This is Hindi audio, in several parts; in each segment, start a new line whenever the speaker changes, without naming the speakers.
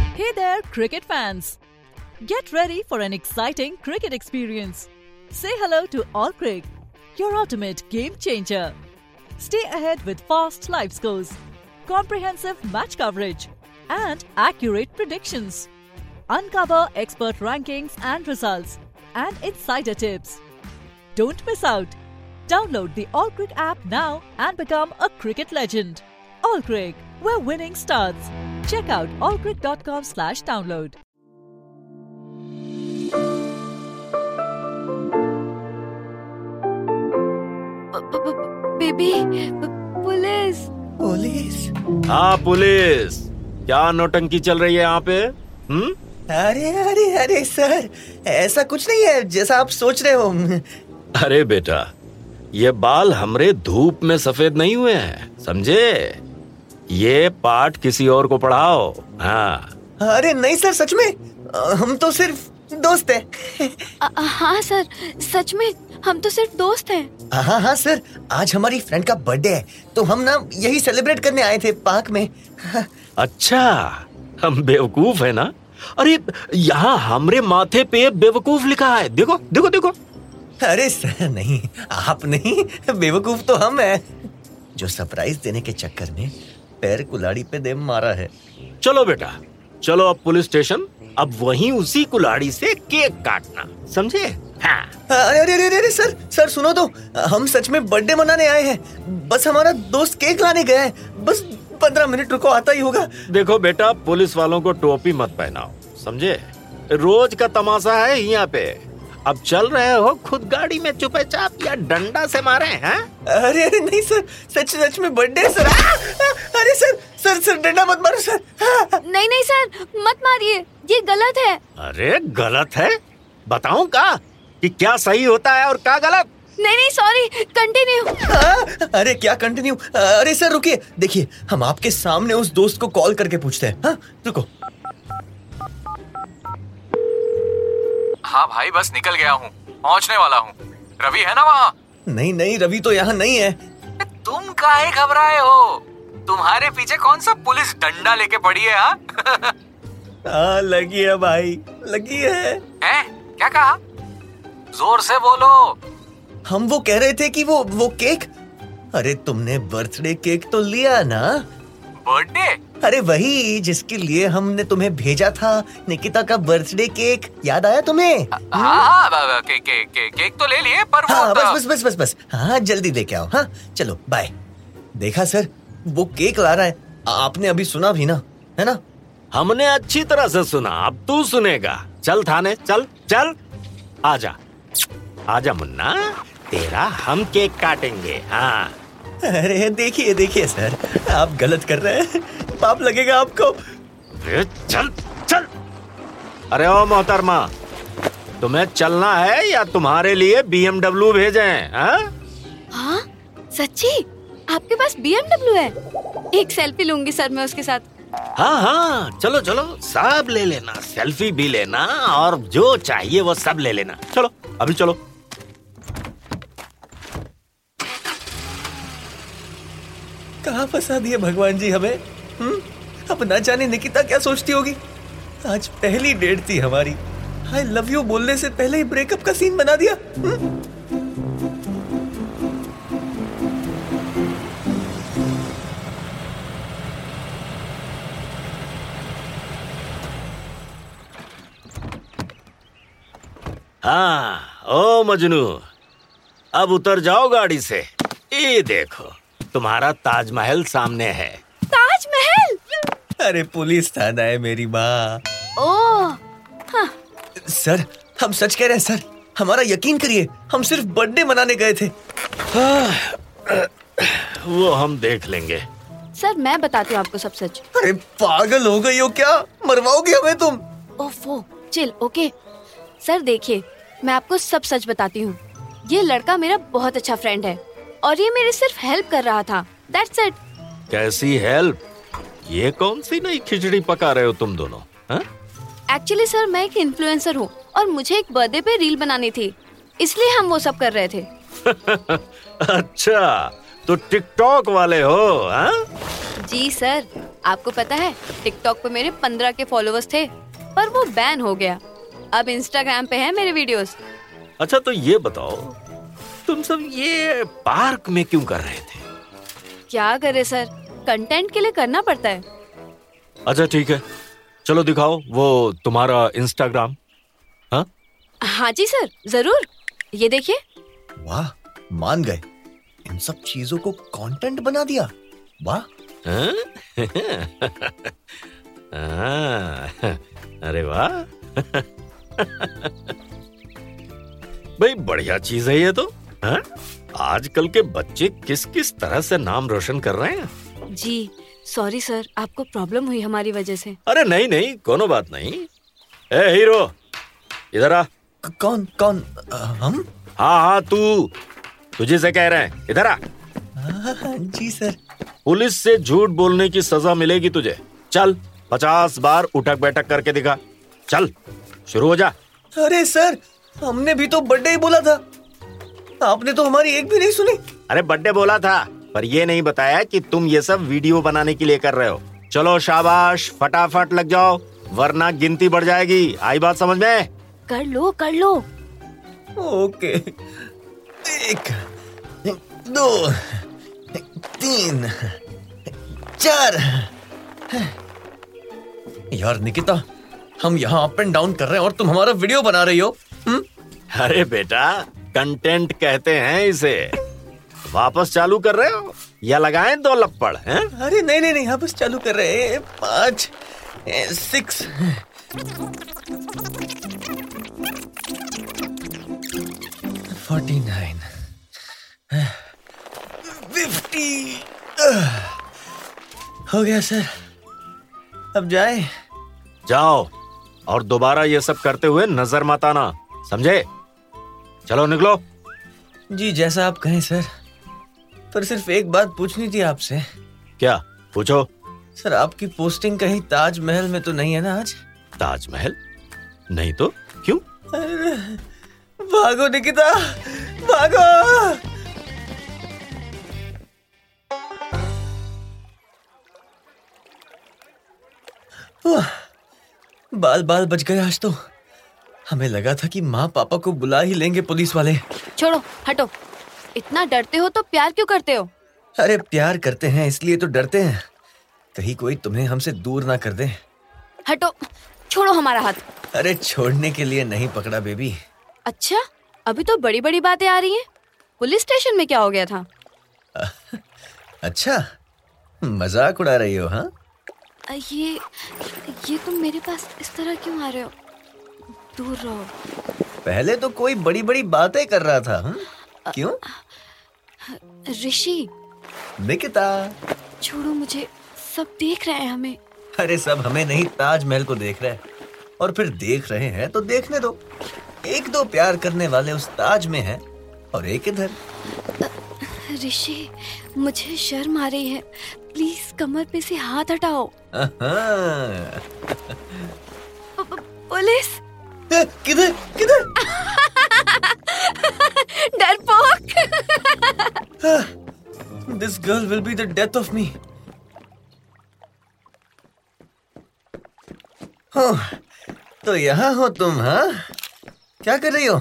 Hey there, cricket fans! Get ready for an exciting cricket experience. Say hello to Allcrick, your ultimate game changer. Stay ahead with fast live scores, comprehensive match coverage, and accurate predictions. Uncover expert rankings and results, and insider tips. Don't miss out. Download the Allcrick app now and become a cricket legend. Allcrick, where winning starts. Check out allcrick.com slash download.
Baby police
police
हाँ पुलिस क्या नोटंकी चल रही है यहाँ पे हम्म
अरे अरे अरे सर ऐसा कुछ नहीं है जैसा आप सोच रहे हो
अरे बेटा ये बाल हमरे धूप में सफेद नहीं हुए हैं समझे ये पाठ किसी और को पढ़ाओ हाँ
अरे नहीं सर सच में अ, हम तो सिर्फ दोस्त हैं
अ- अ- हाँ सर सच में हम तो सिर्फ दोस्त हैं
हाँ हाँ सर आज हमारी फ्रेंड का बर्थडे है तो हम ना यही सेलिब्रेट करने आए थे पार्क में
अच्छा हम बेवकूफ है ना अरे यहाँ हमरे माथे पे बेवकूफ लिखा है देखो देखो देखो
अरे सर नहीं आप नहीं बेवकूफ तो हम हैं जो सरप्राइज देने के चक्कर में पैर कुलाड़ी पे दे मारा है
चलो बेटा चलो अब पुलिस स्टेशन अब वहीं उसी कुल्हाड़ी से केक काटना समझे हाँ
अरे अरे अरे अरे सर सर सुनो तो हम सच में बर्थडे मनाने आए हैं बस हमारा दोस्त केक लाने गया है बस पंद्रह मिनट रुको आता ही होगा
देखो बेटा पुलिस वालों को टोपी मत पहनाओ समझे रोज का तमाशा है यहाँ पे अब चल रहे हो खुद गाड़ी में चुपे चाप या डंडा से मारे हैं
अरे अरे नहीं सर सच सच में बर्थडे है सर आ, आ, अरे सर सर सर डंडा मत मारो सर हाँ, आ,
नहीं नहीं सर मत मारिए ये गलत है
अरे गलत है बताऊं का कि क्या सही होता है और क्या गलत
नहीं नहीं सॉरी कंटिन्यू
आ, अरे क्या कंटिन्यू अरे सर रुकिए देखिए हम आपके सामने उस दोस्त को कॉल करके पूछते हैं हाँ रुको
हाँ भाई बस निकल गया हूँ पहुँचने वाला हूँ रवि है ना वहाँ
नहीं नहीं रवि तो यहाँ नहीं है
तुम काहे घबराए हो तुम्हारे पीछे कौन सा पुलिस डंडा लेके पड़ी है हाँ
आ, हाँ, लगी है भाई लगी है
हैं? क्या कहा जोर से बोलो
हम वो कह रहे थे कि वो वो केक अरे तुमने बर्थडे केक तो लिया ना
बर्थडे
अरे वही जिसके लिए हमने तुम्हें भेजा था निकिता का बर्थडे केक याद आया तुम्हें
हाँ ब- ब- के, के, के, केक तो ले लिए पर वो
हाँ बस
तो-
बस बस बस बस हाँ जल्दी लेके आओ हाँ चलो बाय देखा सर वो केक ला रहा है आपने अभी सुना भी ना है ना
हमने अच्छी तरह से सुना अब तू सुनेगा चल थाने चल चल आजा आजा मुन्ना तेरा हम केक काटेंगे हाँ
अरे देखिए देखिए सर आप गलत कर रहे हैं पाप लगेगा आपको
अरे चल चल अरे ओ मोहतरमा तुम्हें चलना है या तुम्हारे लिए बीएमडब्ल्यू भेजे हैं
हाँ सच्ची आपके पास बीएमडब्ल्यू है एक सेल्फी लूंगी सर मैं उसके साथ
हाँ हाँ चलो चलो सब ले लेना सेल्फी भी लेना और जो चाहिए वो सब ले लेना चलो अभी चलो
कहाँ फंसा दिए भगवान जी हमें हम्म? अब ना जाने निकिता क्या सोचती होगी आज पहली डेट थी हमारी आई लव यू बोलने से पहले ही ब्रेकअप का सीन बना दिया हम्म?
हाँ ओ मजनू अब उतर जाओ गाड़ी से ये देखो तुम्हारा ताजमहल सामने है
ताजमहल
अरे पुलिस थाना है मेरी माँ
ओह हाँ
सर हम सच कह रहे हैं सर हमारा यकीन करिए हम सिर्फ बर्थडे मनाने गए थे
वो हम देख लेंगे
सर मैं बताती हूँ आपको सब सच
अरे पागल हो गई हो क्या मरवाओगे हमें तुम
ओफो चिल ओके सर देखिए मैं आपको सब सच बताती हूँ ये लड़का मेरा बहुत अच्छा फ्रेंड है और ये मेरी सिर्फ हेल्प कर रहा था दैट्स इट
कैसी हेल्प ये कौन सी नई खिचड़ी पका रहे हो तुम दोनों हाँ?
एक्चुअली सर मैं एक इन्फ्लुएंसर हूँ और मुझे एक बर्थडे पे रील बनानी थी इसलिए हम वो सब कर रहे थे
अच्छा तो टिकटॉक वाले हो हाँ?
जी सर आपको पता है टिकटॉक पे मेरे पंद्रह के फॉलोअर्स थे पर वो बैन हो गया अब इंस्टाग्राम पे है मेरे वीडियोस
अच्छा तो ये बताओ तुम सब ये पार्क में क्यों कर रहे थे
क्या करे सर कंटेंट के लिए करना पड़ता है
अच्छा ठीक है चलो दिखाओ वो तुम्हारा इंस्टाग्राम हाँ
हाँ जी सर जरूर ये देखिए
वाह मान गए इन सब चीजों को कंटेंट बना दिया वाह
हाँ? हाँ, अरे वाह भाई बढ़िया चीज है ये तो हाँ? आजकल के बच्चे किस किस तरह से नाम रोशन कर रहे हैं
जी सॉरी सर आपको प्रॉब्लम हुई हमारी वजह से
अरे नहीं नहीं कोनो बात नहीं ए हीरो इधर आ
क- कौन कौन अ, हम
हाँ हाँ तू तुझे से कह रहे हैं इधर आ
हाँ, हाँ, जी सर
पुलिस से झूठ बोलने की सजा मिलेगी तुझे चल पचास बार उठक बैठक करके दिखा चल शुरू हो जा
अरे सर हमने भी तो बर्थडे ही बोला था आपने तो हमारी एक भी नहीं सुनी
अरे बर्थडे बोला था पर ये नहीं बताया कि तुम ये सब वीडियो बनाने के लिए कर रहे हो चलो शाबाश फटाफट लग जाओ वरना गिनती बढ़ जाएगी आई बात समझ में
कर लो कर लो
ओके एक दो तीन चार यार निकिता हम यहाँ अप एंड डाउन कर रहे हैं और तुम हमारा वीडियो बना रही हो हम्म?
अरे बेटा कंटेंट कहते हैं इसे वापस चालू कर रहे हो या लगाएं दो लप्पड़ हैं?
अरे नहीं नहीं नहीं हाँ बस चालू कर रहे हैं पाँच ए, सिक्स फोर्टी नाइन फिफ्टी हो गया सर अब जाए
जाओ और दोबारा ये सब करते हुए नजर मत आना समझे चलो निकलो
जी जैसा आप कहें सर पर सिर्फ एक बात पूछनी थी आपसे
क्या पूछो
सर आपकी पोस्टिंग कहीं ताजमहल में तो नहीं है ना आज
ताजमहल नहीं तो क्यों
भागो निकिता भागो वाह, बाल बाल बच गए आज तो हमें लगा था कि माँ पापा को बुला ही लेंगे पुलिस वाले
छोड़ो हटो इतना डरते हो तो प्यार क्यों करते हो
अरे प्यार करते हैं इसलिए तो डरते हैं कहीं कोई तुम्हें हमसे दूर ना कर दे
हटो छोड़ो हमारा हाथ
अरे छोड़ने के लिए नहीं पकड़ा बेबी
अच्छा अभी तो बड़ी बड़ी बातें आ रही हैं पुलिस स्टेशन में क्या हो गया था
अच्छा मजाक उड़ा रही हो हाँ
अ, ये ये तुम मेरे पास इस तरह क्यों आ रहे हो दूर रहो
पहले तो कोई बड़ी बड़ी बातें कर रहा था हं? क्यों
ऋषि
निकिता
छोड़ो मुझे सब देख रहे हैं हमें
अरे सब हमें नहीं ताजमहल को देख रहे हैं और फिर देख रहे हैं तो देखने दो एक दो प्यार करने वाले उस ताज में हैं और एक इधर
ऋषि मुझे शर्म आ रही है प्लीज कमर पे से हाथ हटाओ
अहाँ।
प- प- पुलिस
ए, किधर किधर
डरपोक
this girl will be the death of me तो यहाँ हो तुम हाँ क्या कर रही हो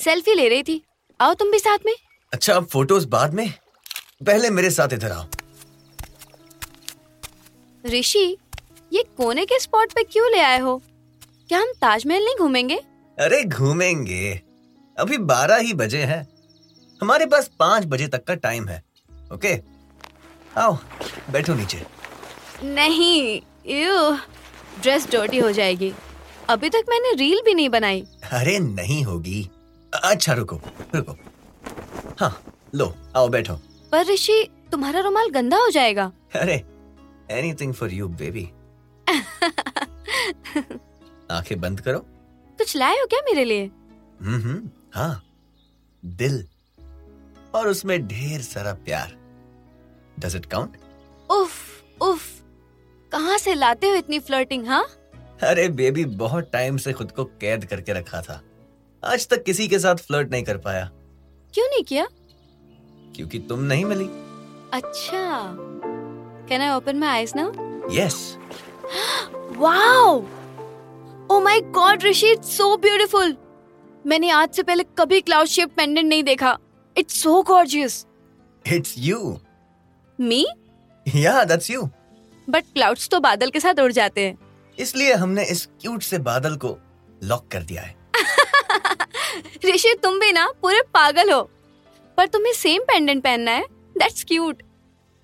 सेल्फी ले रही थी आओ तुम भी साथ में
अच्छा अब फोटोज बाद में पहले मेरे साथ इधर आओ
ऋषि ये कोने के स्पॉट पे क्यों ले आए हो क्या हम ताजमहल नहीं घूमेंगे
अरे घूमेंगे अभी बारह ही बजे हैं हमारे पास पाँच बजे तक का टाइम है ओके आओ बैठो नीचे
नहीं यू ड्रेस डर्टी हो जाएगी अभी तक मैंने रील भी नहीं बनाई
अरे नहीं होगी अच्छा रुको रुको हाँ लो आओ बैठो
पर ऋषि तुम्हारा रुमाल गंदा हो जाएगा
अरे एनीथिंग फॉर यू बेबी आंखें बंद करो
कुछ लाए हो क्या मेरे लिए
हम्म हाँ दिल और उसमें ढेर सारा प्यार डज इट काउंट
उफ उफ कहाँ से लाते हो इतनी फ्लर्टिंग हाँ
अरे बेबी बहुत टाइम से खुद को कैद करके रखा था आज तक किसी के साथ फ्लर्ट नहीं कर पाया
क्यों नहीं किया
क्योंकि तुम नहीं मिली
अच्छा can I open my eyes now
Yes.
Wow oh my God Rishi it's so beautiful मैंने आज से पहले कभी क्लाउड शेप पेंडेंट नहीं देखा it's so gorgeous
It's you.
Me
Yeah, that's you.
But clouds तो बादल के साथ उड़ जाते हैं
इसलिए हमने इस क्यूट से बादल को लॉक कर दिया है
ऋषि तुम भी ना पूरे पागल हो पर तुम्हें सेम पेंडेंट पहनना है दैट्स क्यूट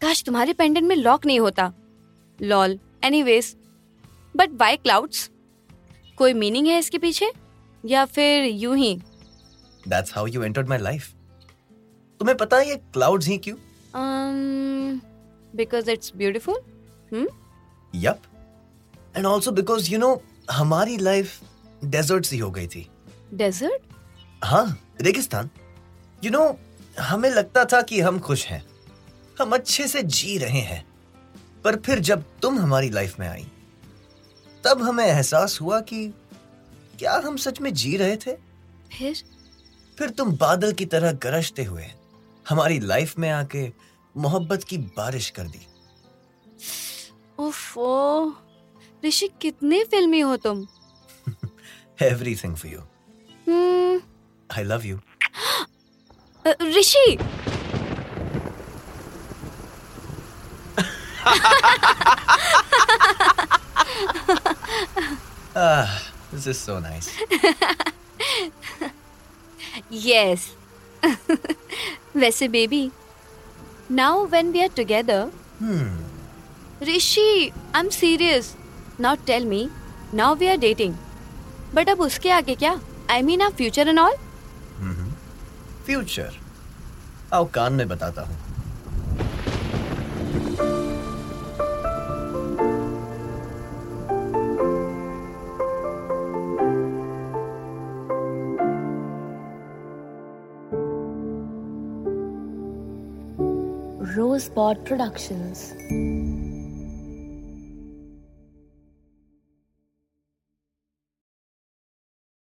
काश तुम्हारे पेंडेंट में लॉक नहीं होता lol anyways but why clouds कोई मीनिंग है इसके पीछे या फिर यूं ही
that's how you entered my life तुम्हें पता है ये क्लाउड्स ही क्यों
Um, because it's beautiful Hmm?
Yup and also because you know हमारी लाइफ डेजर्ट सी हो गई थी
डेजर्ट
हाँ रेगिस्तान यू नो हमें लगता था कि हम खुश हैं हम अच्छे से जी रहे हैं पर फिर जब तुम हमारी लाइफ में आई तब हमें एहसास हुआ कि क्या हम सच में जी रहे थे
फिर
फिर तुम बादल की तरह गरजते हुए हमारी लाइफ में आके मोहब्बत की बारिश कर दी
ओफो ऋषि कितने फिल्मी हो तुम
everything for you
Hmm,
I love you
uh, Rishi
this is so nice
Yes. वैसे baby now when we are together Rishi I am serious now tell me now we are dating but अब उसके आगे क्या I mean our future and all
future आओ कान में बताता हूँ
Rosebud Productions.